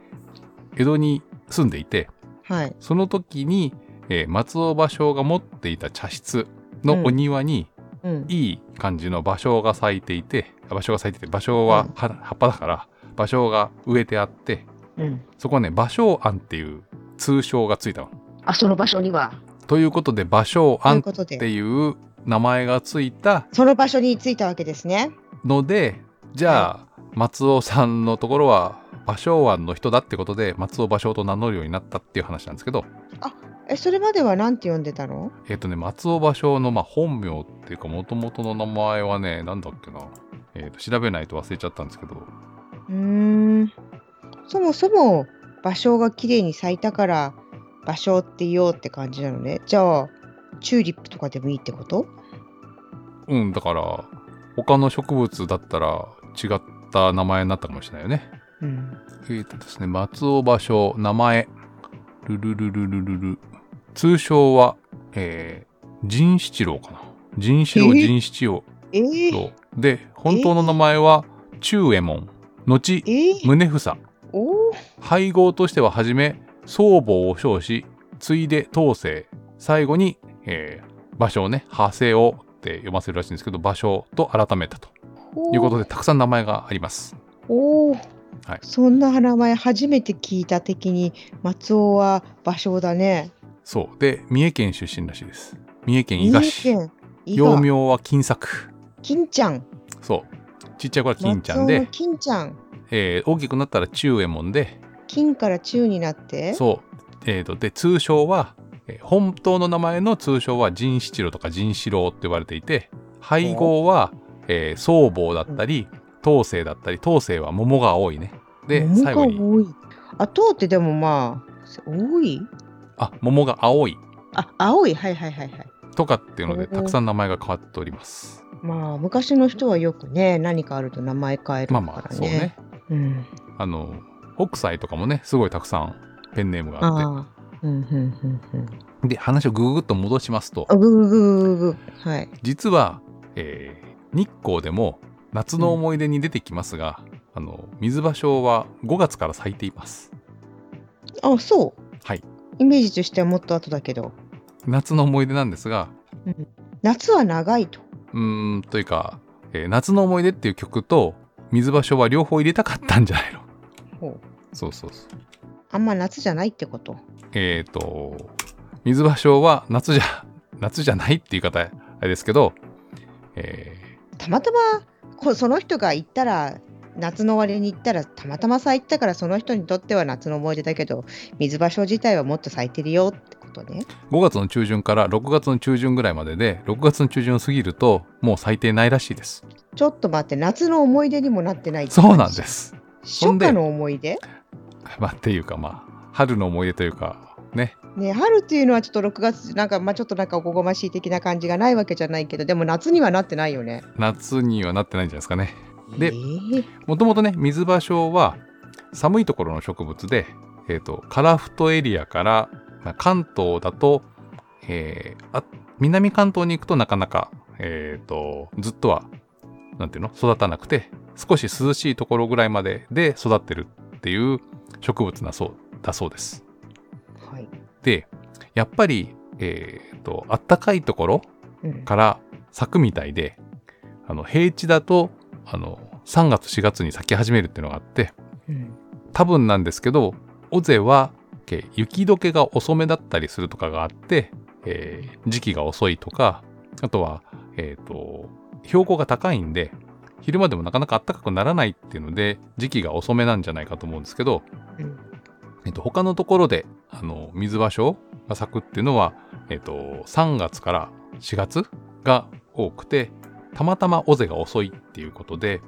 [SPEAKER 1] 江戸に住んでいて
[SPEAKER 2] はい
[SPEAKER 1] その時に、えー松尾芭蕉が持っていた茶室のお庭に、
[SPEAKER 2] うん
[SPEAKER 1] いい感じの芭蕉が咲いていてあ芭蕉が咲いてて芭蕉は
[SPEAKER 2] うん
[SPEAKER 1] は葉っぱだから芭蕉が植えてあって
[SPEAKER 2] うん
[SPEAKER 1] そこはね芭蕉庵っていう通称がついたの。
[SPEAKER 2] あその場所には
[SPEAKER 1] ということで芭蕉
[SPEAKER 2] という
[SPEAKER 1] 庵
[SPEAKER 2] ことで
[SPEAKER 1] っていう名前がついた
[SPEAKER 2] その場所に着いたわけですね。
[SPEAKER 1] のでじゃあ松尾さんのところは芭蕉庵の人だってことで松尾芭蕉と名乗るようになったっていう話なんですけど
[SPEAKER 2] え、それまではなんて呼んでたの？
[SPEAKER 1] えっ、とね、松尾芭蕉のまあ本名っていうか、もともとの名前はね、なんだっけな。えーと調べないと忘れちゃったんですけど
[SPEAKER 2] うーんそもそも芭蕉が綺麗に咲いたから芭蕉って言おうって感じなのねじゃあチューリップとかでもいいってこと
[SPEAKER 1] うんだから他の植物だったら違った名前になったかもしれないよね
[SPEAKER 2] うん
[SPEAKER 1] えーとですね、松尾芭蕉、名前、ルルルルルルル。通称は、えー、仁七郎かな。仁四郎、
[SPEAKER 2] えー
[SPEAKER 1] 仁七郎。
[SPEAKER 2] えー、
[SPEAKER 1] で、本当の名前は、中右衛門。後、
[SPEAKER 2] えー、
[SPEAKER 1] 宗房。
[SPEAKER 2] おー
[SPEAKER 1] 配合としてははじめ、僧帽を称し、ついで統制。最後に、えー、芭蕉ね、派生をって読ませるらしいんですけど、芭蕉と改めたということで、たくさん名前があります。
[SPEAKER 2] おお、
[SPEAKER 1] はい
[SPEAKER 2] そんな名前初めて聞いた的に松尾は芭蕉だね
[SPEAKER 1] そう。で、三重県出身らしいです。三重県伊賀市。
[SPEAKER 2] 三重県伊賀
[SPEAKER 1] 幼名は金作。
[SPEAKER 2] 金ちゃん
[SPEAKER 1] そう。ちっちゃい頃は金ちゃん
[SPEAKER 2] 松尾の
[SPEAKER 1] で、
[SPEAKER 2] 金ちゃん
[SPEAKER 1] えー大きくなったら中右衛門で、
[SPEAKER 2] 金から中になって
[SPEAKER 1] そう。えーと、で、通称は、えー本当の名前の通称は仁七郎とか仁四郎って言われていて、配合は、えー、僧帽だったり、統制だったり、統制は桃が多いね。で、
[SPEAKER 2] 桃
[SPEAKER 1] 最後
[SPEAKER 2] が
[SPEAKER 1] に、
[SPEAKER 2] 多いあ糖ってでもまあ多い
[SPEAKER 1] あ、桃が青い
[SPEAKER 2] あ青いはいはいはいはい
[SPEAKER 1] とかっていうので、
[SPEAKER 2] おー
[SPEAKER 1] たくさん名前が変わっております。
[SPEAKER 2] まあ昔の人はよくね何かあると名前変えるか
[SPEAKER 1] ま
[SPEAKER 2] ら
[SPEAKER 1] あ
[SPEAKER 2] ね。
[SPEAKER 1] まあ、そうね。
[SPEAKER 2] うん、
[SPEAKER 1] あの、北斎とかもね、すごいたくさんペンネームがあって、
[SPEAKER 2] ああ。うんうんうんうん。
[SPEAKER 1] で話をぐぐっと戻しますと
[SPEAKER 2] あぐぐぐぐぐ。はい。
[SPEAKER 1] 実は、えー日光でも夏の思い出に出てきますが、あの水芭蕉は5月から咲いています
[SPEAKER 2] あそう。
[SPEAKER 1] はい
[SPEAKER 2] イメージとしてはもっと後だけど
[SPEAKER 1] 夏の思い出なんですが
[SPEAKER 2] 夏は長いと。
[SPEAKER 1] うーんというか、えー夏の思い出」っていう曲と水芭蕉は両方入れたかったんじゃないの
[SPEAKER 2] ほう
[SPEAKER 1] そうそうそう
[SPEAKER 2] あんま夏じゃないってこと。
[SPEAKER 1] えっ、と水芭蕉は夏じゃ <laughs> 夏じゃないっていう言い方あれですけど、え
[SPEAKER 2] たまたまこその人が行ったら夏の終わりに行ったらたまたま咲いてたからその人にとっては夏の思い出だけど水場所自体はもっと咲いてるよってことね。
[SPEAKER 1] 5月の中旬から6月の中旬ぐらいまでで6月の中旬を過ぎるともう咲いてないらしいです
[SPEAKER 2] ちょっと待って夏の思い出にもなってないって感じ
[SPEAKER 1] そうなんで。す。そん
[SPEAKER 2] 初
[SPEAKER 1] で
[SPEAKER 2] 夏の思い出
[SPEAKER 1] まあ、っていうかまあ春の思い出というかね
[SPEAKER 2] ね、春っていうのはちょっと6月なんか、まあ、ちょっとなんかおこがましい的な感じがないわけじゃないけどでも夏にはなってないよね。
[SPEAKER 1] 夏にはなってないんじゃないですかね。で
[SPEAKER 2] えー
[SPEAKER 1] もともとね水芭蕉は寒いところの植物で、えー、と樺太エリアから、まあ、関東だと,、えーあ南関東に行くとなかなか、えー、とずっとはなんていうの育たなくて少し涼しいところぐらいまでで育ってるっていう植物なそうだそうです。
[SPEAKER 2] はい
[SPEAKER 1] でやっぱりえっ、とあったかいところ
[SPEAKER 2] うん、
[SPEAKER 1] から咲くみたいであの平地だとあの3月4月に咲き始めるっていうのがあって
[SPEAKER 2] うん
[SPEAKER 1] 多分なんですけど尾瀬はけ雪解けが遅めだったりするとかがあって、えー時期が遅いとかあとは、えー、と標高が高いんで昼間でもなかなか暖かくならないっていうので時期が遅めなんじゃないかと思うんですけど、
[SPEAKER 2] うん
[SPEAKER 1] えっと、他のところであの水場所が咲くっていうのは、えっと、3月から4月が多くてたまたま尾瀬が遅いっていうことで、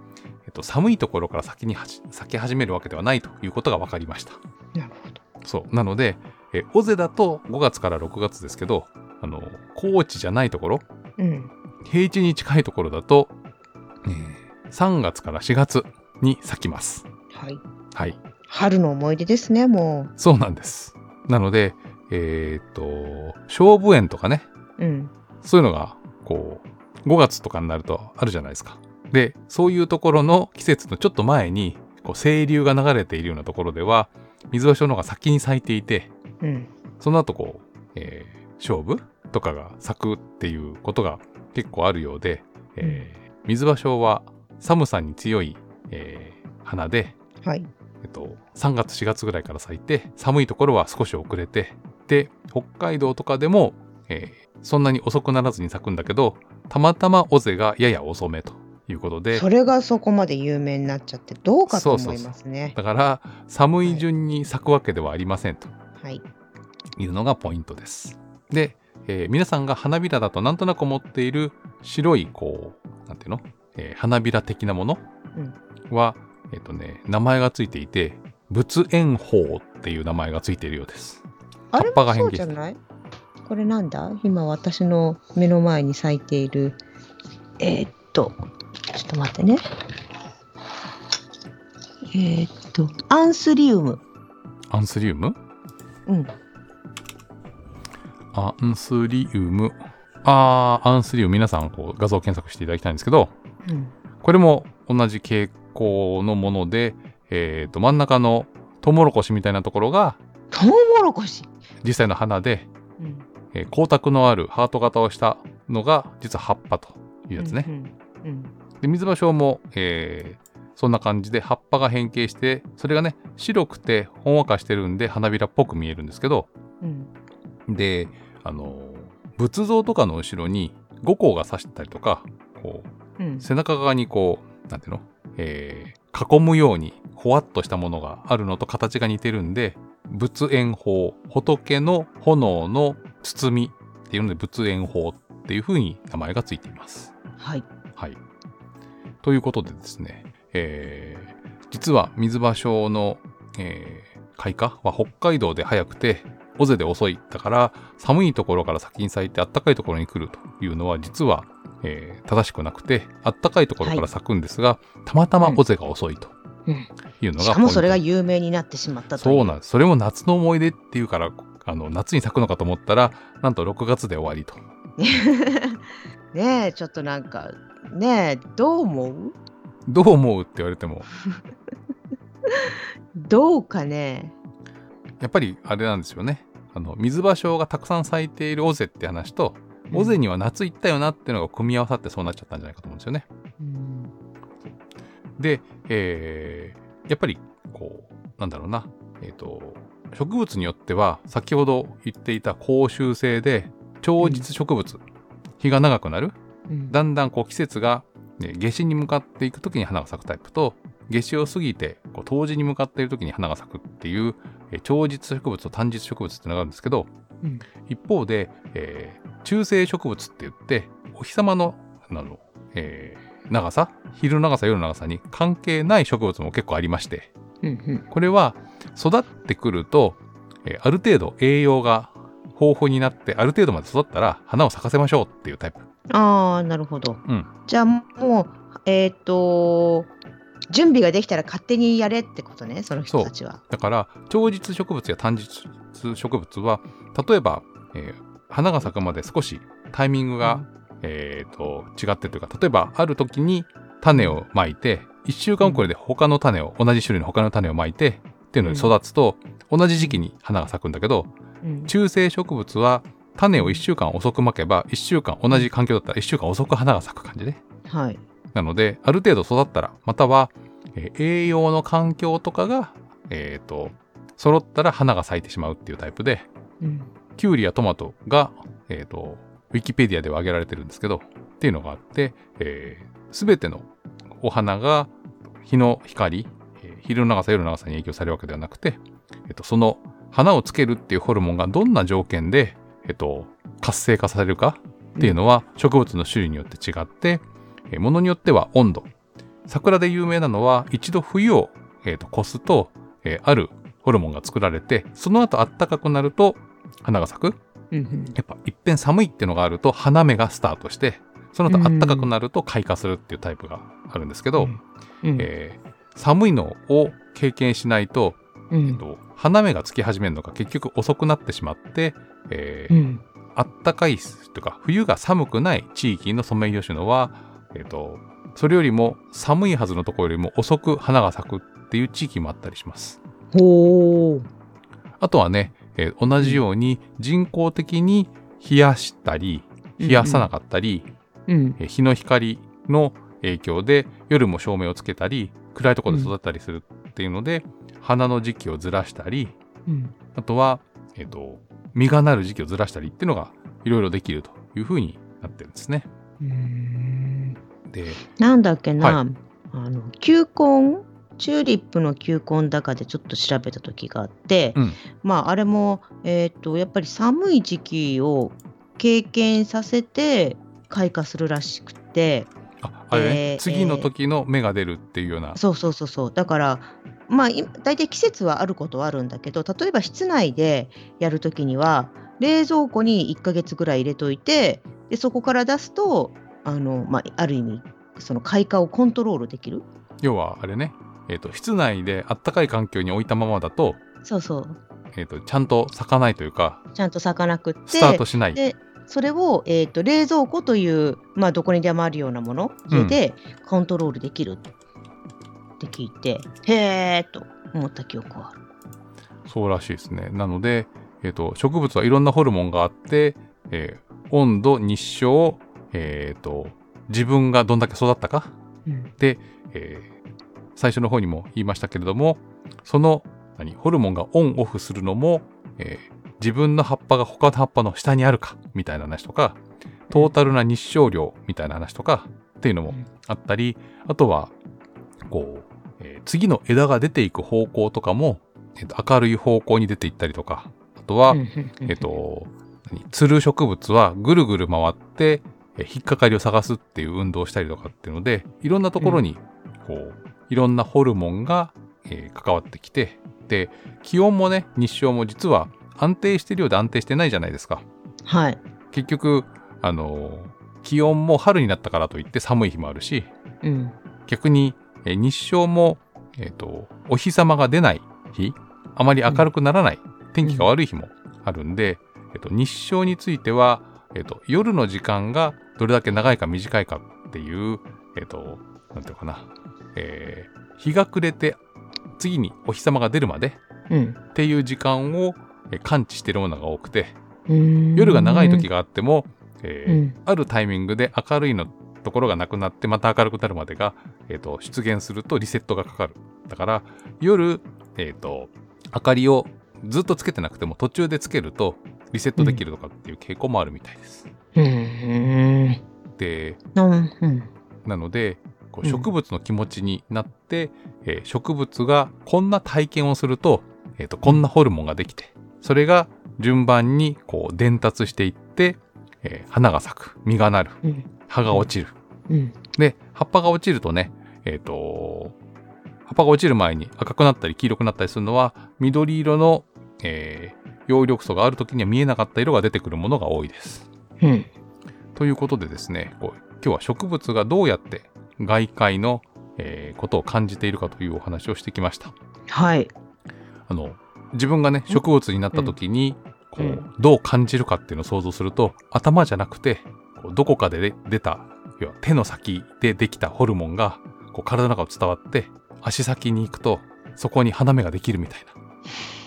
[SPEAKER 1] えっと、寒いところから先にはじ咲き始めるわけではないということが分かりました。
[SPEAKER 2] なるほど。
[SPEAKER 1] そうなのでえ尾瀬だと5月から6月ですけどあの高地じゃないところ
[SPEAKER 2] うん、
[SPEAKER 1] 平地に近いところだと、えー3月から4月に咲きます。
[SPEAKER 2] はい
[SPEAKER 1] はい
[SPEAKER 2] 春の思い出ですねも
[SPEAKER 1] そうなんです。なので、えーっと、勝負園とかね、
[SPEAKER 2] う。うん
[SPEAKER 1] そういうのが、こう、5月とかになるとあるじゃないですか。で、そういうところの季節のちょっと前に、こう、清流が流れているようなところでは、水場所の方が先に咲いていて、
[SPEAKER 2] うん、
[SPEAKER 1] その後こう、えー勝負とかが咲くっていうことが結構あるようで、えー水場所は寒さに強い、えー花で、
[SPEAKER 2] はい
[SPEAKER 1] えっと、3月4月ぐらいから咲いて寒いところは少し遅れてで北海道とかでも、えーそんなに遅くならずに咲くんだけどたまたま尾瀬がやや遅めということで
[SPEAKER 2] それがそこまで有名になっちゃってどうかと思いますね。
[SPEAKER 1] だから寒い順に咲くわけではありませんと
[SPEAKER 2] はい
[SPEAKER 1] いうのがポイントです。で、えー皆さんが花びらだとなんとなく持っている白いこうなんていうのえー花びら的なもの
[SPEAKER 2] うん
[SPEAKER 1] は、えっとね、名前がついていて、仏炎法っていう名前がついているようです。
[SPEAKER 2] あれ
[SPEAKER 1] 葉っぱが
[SPEAKER 2] そ
[SPEAKER 1] 変形
[SPEAKER 2] うじ
[SPEAKER 1] し
[SPEAKER 2] ゃ
[SPEAKER 1] て
[SPEAKER 2] ないこれなんだ今私の目の前に咲いているえーっとちょっと待ってねえーっとアンスリウム
[SPEAKER 1] アンスリウム
[SPEAKER 2] うん
[SPEAKER 1] アンスリウム。あー、アンスリウム。皆さん、こう、画像検索していただきたいんですけど、
[SPEAKER 2] うん
[SPEAKER 1] これも同じ傾向のもので、えっ、と、真ん中のトウモロコシみたいなところが、
[SPEAKER 2] トウモロコシ、
[SPEAKER 1] 実際の花で、
[SPEAKER 2] うん、
[SPEAKER 1] えー光沢のあるハート型をしたのが、実は葉っぱというやつね。
[SPEAKER 2] うんうん
[SPEAKER 1] で、水場症も、えーそんな感じで葉っぱが変形して、それがね、白くてほんわかしてるんで、花びらっぽく見えるんですけど、
[SPEAKER 2] うん
[SPEAKER 1] であの仏像とかの後ろに五光が刺してたりとかこう
[SPEAKER 2] うん
[SPEAKER 1] 背中側にこうなんていうの、えー囲むようにほわっとしたものがあるのと形が似てるんで仏炎法仏の炎の包みっていうので仏炎法っていうふうに名前がついています。
[SPEAKER 2] はい
[SPEAKER 1] はい。ということでですね、えー実は水場症の、えー開花は北海道で早くて、尾瀬で遅い。だから、寒いところから先に咲いて、あったかいところに来るというのは、実は、えー正しくなくて、あったかいところから咲くんですが、たまたま尾瀬が遅いと
[SPEAKER 2] うん
[SPEAKER 1] いうのが
[SPEAKER 2] しかもそれが
[SPEAKER 1] ポイント
[SPEAKER 2] 有名になってしまったとい
[SPEAKER 1] そうなんです。それも夏の思い出っていうから、あの夏に咲くのかと思ったら、なんと6月で終わりと。
[SPEAKER 2] ねえちょっとなんかねえどう思う
[SPEAKER 1] どう思うって言われても、
[SPEAKER 2] どうかね
[SPEAKER 1] やっぱりあれなんですよね。あの水場所がたくさん咲いている尾瀬って話と、尾瀬には夏行ったよなっていうのが組み合わさってそうなっちゃったんじゃないかと思うんですよね。
[SPEAKER 2] うん
[SPEAKER 1] で、えーやっぱりこうなんだろうな、えっと植物によっては先ほど言っていた高周性で長日植物、日が長くなる
[SPEAKER 2] うん
[SPEAKER 1] だんだんこう季節が、ね、夏至に向かっていく時に花が咲くタイプと夏至を過ぎてこう冬至に向かっている時に花が咲くっていう、えー長日植物と短日植物っていうのがあるんですけど、
[SPEAKER 2] うん
[SPEAKER 1] 一方で、えー中性植物って言ってお日様のあの、えー長さ昼の長さ夜の長さに関係ない植物も結構ありまして
[SPEAKER 2] うんうん
[SPEAKER 1] これは育ってくると、えーある程度栄養が豊富になってある程度まで育ったら花を咲かせましょうっていうタイプ。
[SPEAKER 2] ああなるほど、
[SPEAKER 1] うん
[SPEAKER 2] じゃあもうえーっ、と準備ができたら勝手にやれってことねその人たちは。
[SPEAKER 1] だから長日植物や短日植物は例えば、えー花が咲くまで少しタイミングが、えーと違ってるというか例えばある時に種をまいて1週間遅れで他の種を同じ種類の他の種をまいてっていうのに育つと、同じ時期に花が咲くんだけど
[SPEAKER 2] うん
[SPEAKER 1] 中性植物は種を1週間遅くまけば1週間同じ環境だったら1週間遅く花が咲く感じね。
[SPEAKER 2] はい
[SPEAKER 1] なので、ある程度育ったら、または、えー栄養の環境とかが、えっ、と、揃ったら花が咲いてしまうっていうタイプで、
[SPEAKER 2] うん
[SPEAKER 1] キュウリやトマトが、えっ、と、ウィキペディアでは挙げられてるんですけど、っていうのがあって、す、べ、てのお花が日の光、えー昼の長さ、夜の長さに影響されるわけではなくて、えっ、と、その花をつけるっていうホルモンがどんな条件で、えっ、と、活性化されるかっていうのは植物の種類によって違って、えーものによっては温度。桜で有名なのは一度冬を、えーと越すと、えーあるホルモンが作られて、その後暖かくなると花が咲く。
[SPEAKER 2] うん
[SPEAKER 1] やっぱ一遍寒いっていうのがあると花芽がスタートして、その後暖かくなると開花するっていうタイプがあるんですけど、
[SPEAKER 2] うん
[SPEAKER 1] えー寒いのを経験しないと、
[SPEAKER 2] う
[SPEAKER 1] えー
[SPEAKER 2] ん
[SPEAKER 1] と花芽がつき始めるのが結局遅くなってしまって、えー
[SPEAKER 2] うん
[SPEAKER 1] あったかいというか冬が寒くない地域のソメイヨシノは、えー、とそれよりも寒いはずのところよりも遅く花が咲くっていう地域もあったりします。
[SPEAKER 2] ほう
[SPEAKER 1] あとはね、えー同じように人工的に冷やしたり冷やさなかったり、
[SPEAKER 2] うん
[SPEAKER 1] えー日の光の影響で夜も照明をつけたり暗いところで育ったりするっていうので、花の時期をずらしたり
[SPEAKER 2] うん
[SPEAKER 1] あとは、えっと実がなる時期をずらしたりっていうのがいろいろできるというふうになってるんですね。
[SPEAKER 2] うん
[SPEAKER 1] で
[SPEAKER 2] なんだっけな、
[SPEAKER 1] は
[SPEAKER 2] あの球根チューリップの球根高でちょっと調べた時があって、
[SPEAKER 1] うん
[SPEAKER 2] まああれも、えー、とやっぱり寒い時期を経験させて開花するらしくて
[SPEAKER 1] ああれね
[SPEAKER 2] えー
[SPEAKER 1] 次の時の芽が出るっていうような、
[SPEAKER 2] そうそうそうそうだからまあい大体季節はあることはあるんだけど例えば室内でやるときには冷蔵庫に1ヶ月ぐらい入れといてでそこから出すとあの、まあ、ある意味その開花をコントロールできる
[SPEAKER 1] 要はあれね、えー、と室内であったかい環境に置いたままだと,、
[SPEAKER 2] そうそう
[SPEAKER 1] えー、とちゃんと咲かないというか
[SPEAKER 2] ちゃんと咲かなくって
[SPEAKER 1] スタートしない。
[SPEAKER 2] でそれを、えー、と冷蔵庫という、まあ、どこにでもあるようなもの
[SPEAKER 1] うん
[SPEAKER 2] 家でコントロールできるって聞いて、へえと思った記憶はある。
[SPEAKER 1] そうらしいですね。なので、えっと植物はいろんなホルモンがあって、えー温度日照、えーと自分がどんだけ育ったか、
[SPEAKER 2] うん
[SPEAKER 1] えー最初の方にも言いましたけれどもその何ホルモンがオンオフするのも、えー自分の葉っぱが他の葉っぱの下にあるかみたいな話とかトータルな日照量みたいな話とかっていうのもあったりあとはこう、えー次の枝が出ていく方向とかも、えーと明るい方向に出ていったりとかあとは、
[SPEAKER 2] うんうんうん
[SPEAKER 1] えっと、何つる植物はぐるぐる回って、え引っかかりを探すっていう運動をしたりとかっていうので、いろんなところに、こう、いろんなホルモンが、えー関わってきて、で、気温もね、日照も実は安定してるようで安定してないじゃないですか。
[SPEAKER 2] はい、
[SPEAKER 1] 結局、あのー気温も春になったからといって寒い日もあるし、
[SPEAKER 2] うん
[SPEAKER 1] 逆に、えー日照も、えっとお日様が出ない日あまり明るくならない、天気が悪い日もあるんで、えっと日照については、えっと夜の時間がどれだけ長いか短いかっていう、えっとなんていうのかな、えー日が暮れて次にお日様が出るまで
[SPEAKER 2] うん
[SPEAKER 1] っていう時間をえー感知してるものが多くて
[SPEAKER 2] うーん
[SPEAKER 1] 夜が長い時があっても、えー
[SPEAKER 2] うん
[SPEAKER 1] あるタイミングで明るいのところがなくなってまた明るくなるまでが、えーと出現するとリセットがかかるだから夜、えーと明かりをずっとつけてなくても途中でつけるとリセットできるとかっていう傾向もあるみたいです。
[SPEAKER 2] うーん
[SPEAKER 1] で
[SPEAKER 2] うんうん
[SPEAKER 1] なのでこう
[SPEAKER 2] うん
[SPEAKER 1] 植物の気持ちになって、えー植物がこんな体験をすると,、えーとこんなホルモンができてそれが順番にこう伝達していって、えー花が咲く実がなる
[SPEAKER 2] うん
[SPEAKER 1] 葉が落ちる
[SPEAKER 2] うん
[SPEAKER 1] で、葉っぱが落ちるとね、えっ、と、葉っぱが落ちる前に赤くなったり黄色くなったりするのは、緑色の、えー葉緑素がある時には見えなかった色が出てくるものが多いです。
[SPEAKER 2] うん
[SPEAKER 1] ということでですね、こう今日は植物がどうやって外界の、えーことを感じているかというお話をしてきました。
[SPEAKER 2] はい
[SPEAKER 1] あの、自分がね、植物になった時に、こ
[SPEAKER 2] う、
[SPEAKER 1] うんどう感じるかっていうのを想像すると、頭じゃなくて、こうどこかでで出た、要は手の先でできたホルモンが、こう体の中を伝わって、足先に行くと、そこに花芽ができるみたいな。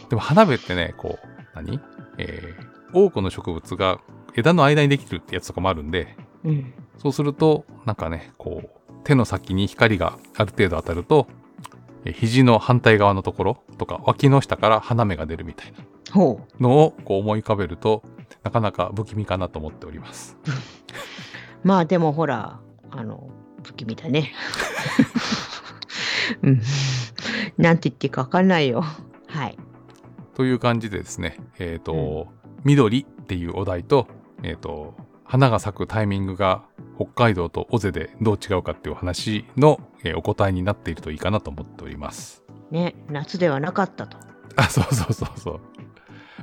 [SPEAKER 1] でも花芽ってね、こう、何えー多くの植物が枝の間にできるってやつとかもあるんで、
[SPEAKER 2] うん
[SPEAKER 1] そうすると、なんかね、こう、手の先に光がある程度当たると、え肘の反対側のところとか、脇の下から花芽が出るみたいな
[SPEAKER 2] ほう
[SPEAKER 1] のをこう思い浮かべると、なかなか不気味かなと思っております。
[SPEAKER 2] まあでもほらあの不気味だ <laughs> ねうんなんて言っていいか分かんないよはい
[SPEAKER 1] という感じでですね、えっ、と、緑っていうお題と、えっ、と、花が咲くタイミングが北海道と尾瀬でどう違うかっていうお話の、えーお答えになっているといいかなと思っております。
[SPEAKER 2] ね夏ではなかったと
[SPEAKER 1] あ、そうそうそうそう。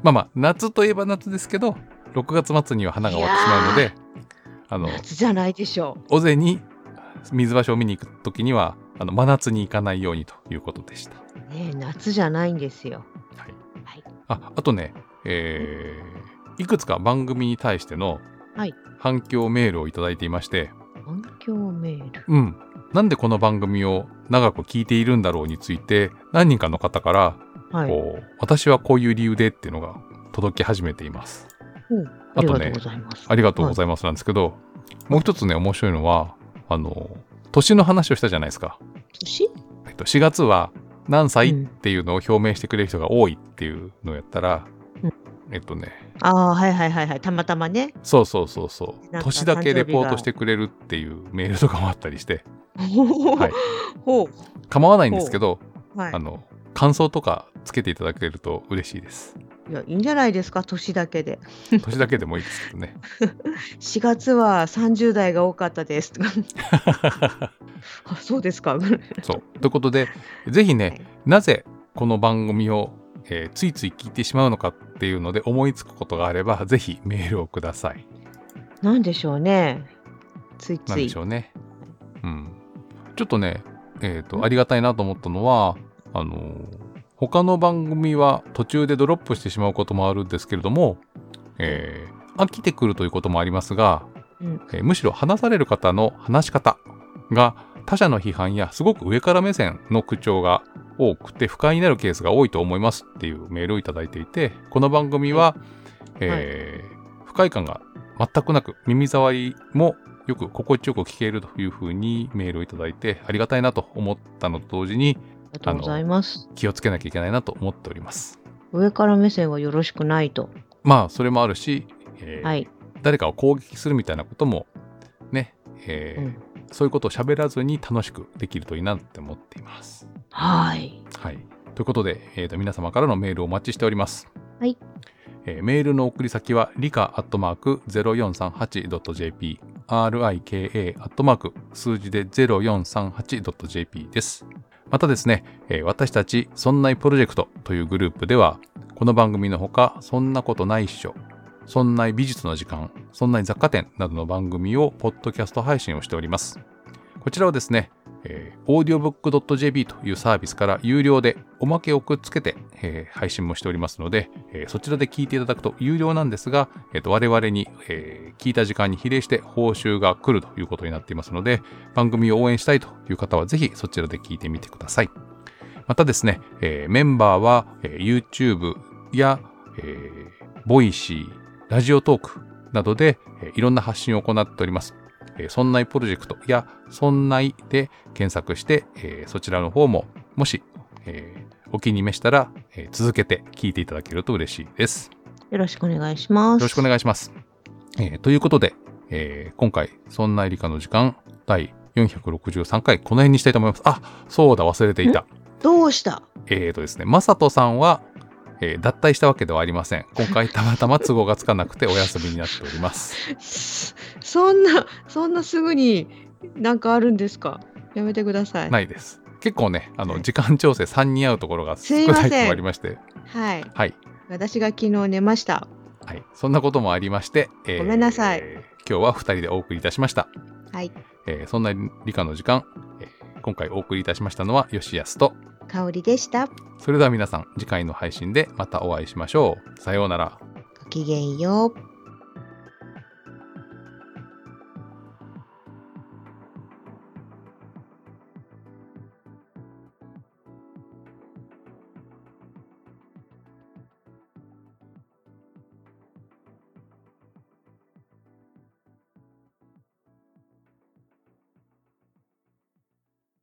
[SPEAKER 1] まあまあ、夏といえば夏ですけど、6月末には花が終わってしまうので、あの、
[SPEAKER 2] 夏じゃないでしょ
[SPEAKER 1] 尾瀬に水場所を見に行くときには、あの、真夏に行かないようにということでした。
[SPEAKER 2] うね夏じゃないんですよ
[SPEAKER 1] はい。
[SPEAKER 2] はい
[SPEAKER 1] あ、あとね、えーいくつか番組に対しての
[SPEAKER 2] はい
[SPEAKER 1] 反響メールをいただいていまして、
[SPEAKER 2] 環境メール
[SPEAKER 1] うん。なんでこの番組を長く聞いているんだろうについて、何人かの方から、
[SPEAKER 2] はい
[SPEAKER 1] こう、私はこういう理由でっていうのが届き始めています。
[SPEAKER 2] あ
[SPEAKER 1] あ
[SPEAKER 2] り
[SPEAKER 1] と
[SPEAKER 2] が
[SPEAKER 1] ね
[SPEAKER 2] とうございます
[SPEAKER 1] ありがとうございますなんですけど、もう一つね、面白いのは、あの、年の話をしたじゃないですか。
[SPEAKER 2] 年
[SPEAKER 1] えっと、4月は何歳
[SPEAKER 2] うん
[SPEAKER 1] っていうのを表明してくれる人が多いっていうのをやったら、
[SPEAKER 2] うん
[SPEAKER 1] えっとね、
[SPEAKER 2] ああはいはいはいはいたまたまね
[SPEAKER 1] そうそうそうそ
[SPEAKER 2] なん
[SPEAKER 1] う、
[SPEAKER 2] か
[SPEAKER 1] 年だけレポートしてくれるっていうメールとかもあったりして、い
[SPEAKER 2] <laughs> ほ
[SPEAKER 1] 構わないんですけど、
[SPEAKER 2] うはい <laughs>
[SPEAKER 1] あの、感想とかつけていただけると嬉しいです。
[SPEAKER 2] いやいいんじゃないですか年だけで
[SPEAKER 1] 年だけでもいいですけどね。
[SPEAKER 2] 4月は30代が多かっ
[SPEAKER 1] <laughs>
[SPEAKER 2] たですあそうですか
[SPEAKER 1] そうということでぜひねなぜこの番組を、えーついつい聞いてしまうのかっていうので思いつくことがあればぜひメールをください。
[SPEAKER 2] なんでしょうねつい
[SPEAKER 1] なん
[SPEAKER 2] つ
[SPEAKER 1] で
[SPEAKER 2] い
[SPEAKER 1] しょうね。うん、ちょっとね、えー、とありがたいなと思ったのはあのー他の番組は途中でドロップしてしまうこともあるんですけれども、えー飽きてくるということもありますが、
[SPEAKER 2] うん
[SPEAKER 1] えーむしろ話される方の話し方が他者の批判やすごく上から目線の口調が多くて不快になるケースが多いと思いますっていうメールをいただいていてこの番組は、えー不快感が全くなく耳障りもよく心地よく聞けるというふうにメールをいただいてありがたいなと思ったのと同時に
[SPEAKER 2] ありがとうございます
[SPEAKER 1] 気をつけなきゃいけないなと思っております。
[SPEAKER 2] 上から目線はよろしくないと
[SPEAKER 1] まあそれもあるし、えー
[SPEAKER 2] はい、
[SPEAKER 1] 誰かを攻撃するみたいなこともね、えー
[SPEAKER 2] うん
[SPEAKER 1] そういうことを喋らずに楽しくできるといいなって思っています。
[SPEAKER 2] はい
[SPEAKER 1] はい。ということで、えーと皆様からのメールをお待ちしております。
[SPEAKER 2] はい
[SPEAKER 1] えーメールの送り先は、理科アットマーク 0438.jp、rika アットマーク数字で 0438.jp です。またですね、えー私たち、そんないプロジェクトというグループでは、この番組のほか、そんなことないっしょ、そんない美術の時間、そんない雑貨店などの番組を、ポッドキャスト配信をしております。こちらをですね、えー、audiobook.jp というサービスから有料でおまけをくっつけて、えー配信もしておりますので、えーそちらで聞いていただくと有料なんですが、えーと我々に、えー聞いた時間に比例して報酬が来るということになっていますので、番組を応援したいという方はぜひそちらで聞いてみてください。またですね、えーメンバーは、えー YouTube や、えー、ボイシー、ラジオトークなどで、えーいろんな発信を行っております。えー、そんないプロジェクトや、そんないで検索して、えーそちらの方も、もし、えーお気に召したら、えー続けて聞いていただけると嬉しいです。よ
[SPEAKER 2] よろしくお願いします
[SPEAKER 1] ろしくお願いします。えーということで、えー今回、そんない理科の時間、第463回、この辺にしたいと思います。あ、そうだ、忘れていた。
[SPEAKER 2] どうした
[SPEAKER 1] えーとですね、マサトさんは、えー脱退したわけではありません。今回、たまたま都合がつかなくてお休みになっております。
[SPEAKER 2] <laughs> そそんなそんなすぐになんかあるんですかやめてください
[SPEAKER 1] ないです。結構ね、あの時間調整3人合うところが
[SPEAKER 2] す
[SPEAKER 1] 少
[SPEAKER 2] いませ
[SPEAKER 1] なんいともありまして、
[SPEAKER 2] はい
[SPEAKER 1] はい、
[SPEAKER 2] 私が昨日寝ました
[SPEAKER 1] はい、そんなこともありまして、え
[SPEAKER 2] ごめんなさい
[SPEAKER 1] 今日は2人でお送りいたしました。
[SPEAKER 2] はい
[SPEAKER 1] えーそんな理科の時間、えー今回お送りいたしましたのは吉安と、
[SPEAKER 2] 香りでした
[SPEAKER 1] それでは皆さん、次回の配信でまたお会いしましょう。さようなら。
[SPEAKER 2] ごきげんよう